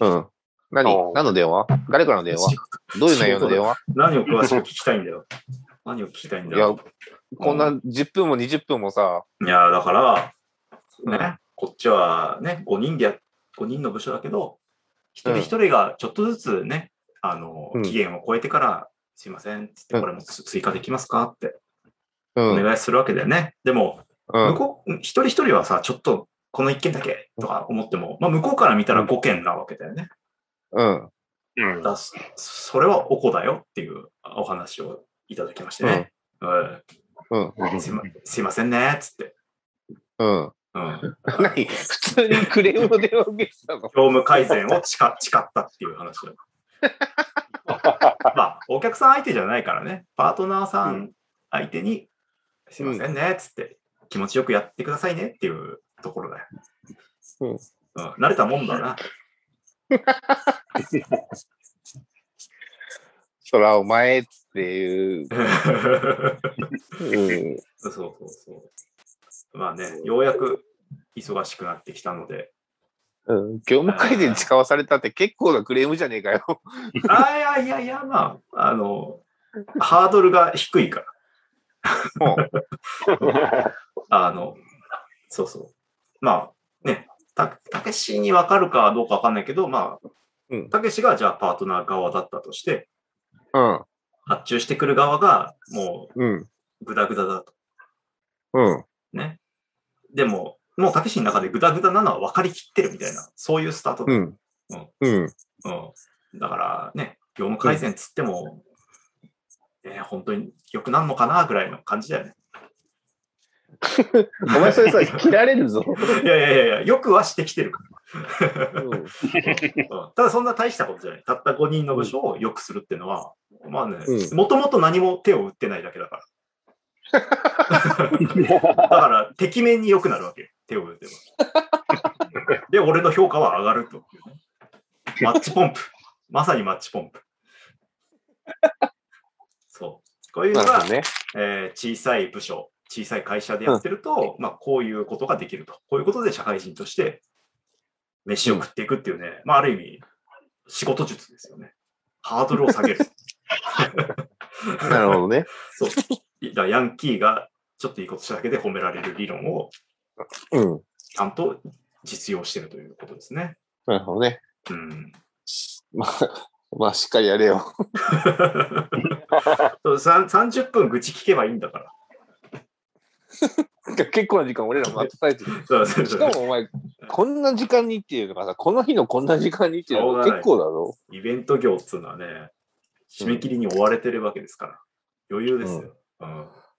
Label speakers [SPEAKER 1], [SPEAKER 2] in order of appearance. [SPEAKER 1] うん。
[SPEAKER 2] あ
[SPEAKER 1] 何
[SPEAKER 2] あ
[SPEAKER 1] 何の電話誰からの電 話どういう内容の電話
[SPEAKER 2] 何を詳しく聞きたいんだよ。何を聞きたいん
[SPEAKER 1] い
[SPEAKER 2] だよ。
[SPEAKER 1] や、こんな10分も20分もさ、
[SPEAKER 2] いや、だから、
[SPEAKER 1] うん
[SPEAKER 2] ね、こっちはね、5人でや、5人の部署だけど、一人一人がちょっとずつね、あの
[SPEAKER 1] う、ん
[SPEAKER 2] 期限を超えてから、すいません、つって、
[SPEAKER 1] うん
[SPEAKER 2] これもつ追加できますかって
[SPEAKER 1] うん
[SPEAKER 2] お。願いするわけだよね。でも、
[SPEAKER 1] うん
[SPEAKER 2] 向こう、一人一人はさ、ちょっと、この1件だけとか思っても、まあ、向こうから見たら5件なわけだよね。
[SPEAKER 1] うん。
[SPEAKER 3] うん。
[SPEAKER 2] だそそれはおこだよっていうお話をいただきましてね。うん
[SPEAKER 1] うん。
[SPEAKER 2] すいま、すいませんね、つって。
[SPEAKER 1] うん。
[SPEAKER 2] うん
[SPEAKER 1] 何普通にクレームの電話受けてたの
[SPEAKER 2] 業務改善を誓 誓ったっていう話だ。まあ、お客さん相手じゃないからね、パートナーさ
[SPEAKER 3] うん
[SPEAKER 2] 相手に、すいませんね、つって、気持ちよくやってくださいねっていうところだよ。
[SPEAKER 1] うん
[SPEAKER 2] うん、慣れたもんだな。
[SPEAKER 1] そらお前っていう。うん。
[SPEAKER 2] そうそうそう。まあね、ようやく忙しくなってきたので、
[SPEAKER 1] うん業務改善誓わされたって結構なクレームじゃねえか よ。
[SPEAKER 2] あいやいやいや、まあ、あの、ハードルが低いから。あの、そうそう。まあ、ね、たたけしに分かるかどうか分かんないけど、ま
[SPEAKER 1] う
[SPEAKER 2] あ、
[SPEAKER 1] ん
[SPEAKER 2] たけしがじゃあパートナー側だったとして、
[SPEAKER 1] うん。
[SPEAKER 2] 発注してくる側がも
[SPEAKER 1] うん。
[SPEAKER 2] うグダグダだと。
[SPEAKER 1] うん。
[SPEAKER 2] ね。でも、もうたけしの中でグダグダなのは分かりきってるみたいな、そういうスタートだ。
[SPEAKER 1] う
[SPEAKER 2] うん。
[SPEAKER 1] ん。うん。
[SPEAKER 2] だからね、業務改善つっても、ね、本当に良くなんのかなぐらいの感じだよね。
[SPEAKER 1] お前それさ、切られるぞ。
[SPEAKER 2] いやいやいやいや、よくはしてきてるから。
[SPEAKER 1] うん
[SPEAKER 2] うんただそんな大したことじゃない。たった5人の部署を良くするっていうのは、まあね
[SPEAKER 1] う、
[SPEAKER 2] もともと何も手を打ってないだけだ から。だから、てきめんに良くなるわけよ。手を打てば。で、俺の評価は上がるというね。マッチポンプ。まさにマッチポンプ。そう。こういう
[SPEAKER 1] な
[SPEAKER 2] の
[SPEAKER 1] るほ
[SPEAKER 2] が、
[SPEAKER 1] どね。
[SPEAKER 2] えー小さい部署、小さい会社でやってると、まあ、こういうことができると。こういうことで社会人として、飯を食っていくっていうね、まあ、ある意味、仕事術ですよね。ハードルを下げる。
[SPEAKER 1] なるほどね。
[SPEAKER 2] そう。だからヤンキーがちょっといいことしただけで褒められる理論を
[SPEAKER 1] うん。
[SPEAKER 2] ちゃんと実用してるということですね。
[SPEAKER 1] なるほどね。
[SPEAKER 2] うん。
[SPEAKER 1] まあ、まあ、しっかりやれよ。
[SPEAKER 2] そうさん30分愚痴聞けばいいんだから。
[SPEAKER 1] 結構な時間俺ら待たされてる。
[SPEAKER 2] そうそう
[SPEAKER 1] し
[SPEAKER 2] そ
[SPEAKER 1] か
[SPEAKER 2] う
[SPEAKER 1] もお前、こんな時間にっていうのがさ、この日のこんな時間にっていうの
[SPEAKER 2] しょうが
[SPEAKER 1] が
[SPEAKER 2] ない
[SPEAKER 1] 結構だろ。
[SPEAKER 2] イベント業っつうのはね、締め切りに追われてるわけですから。余裕ですよ。うん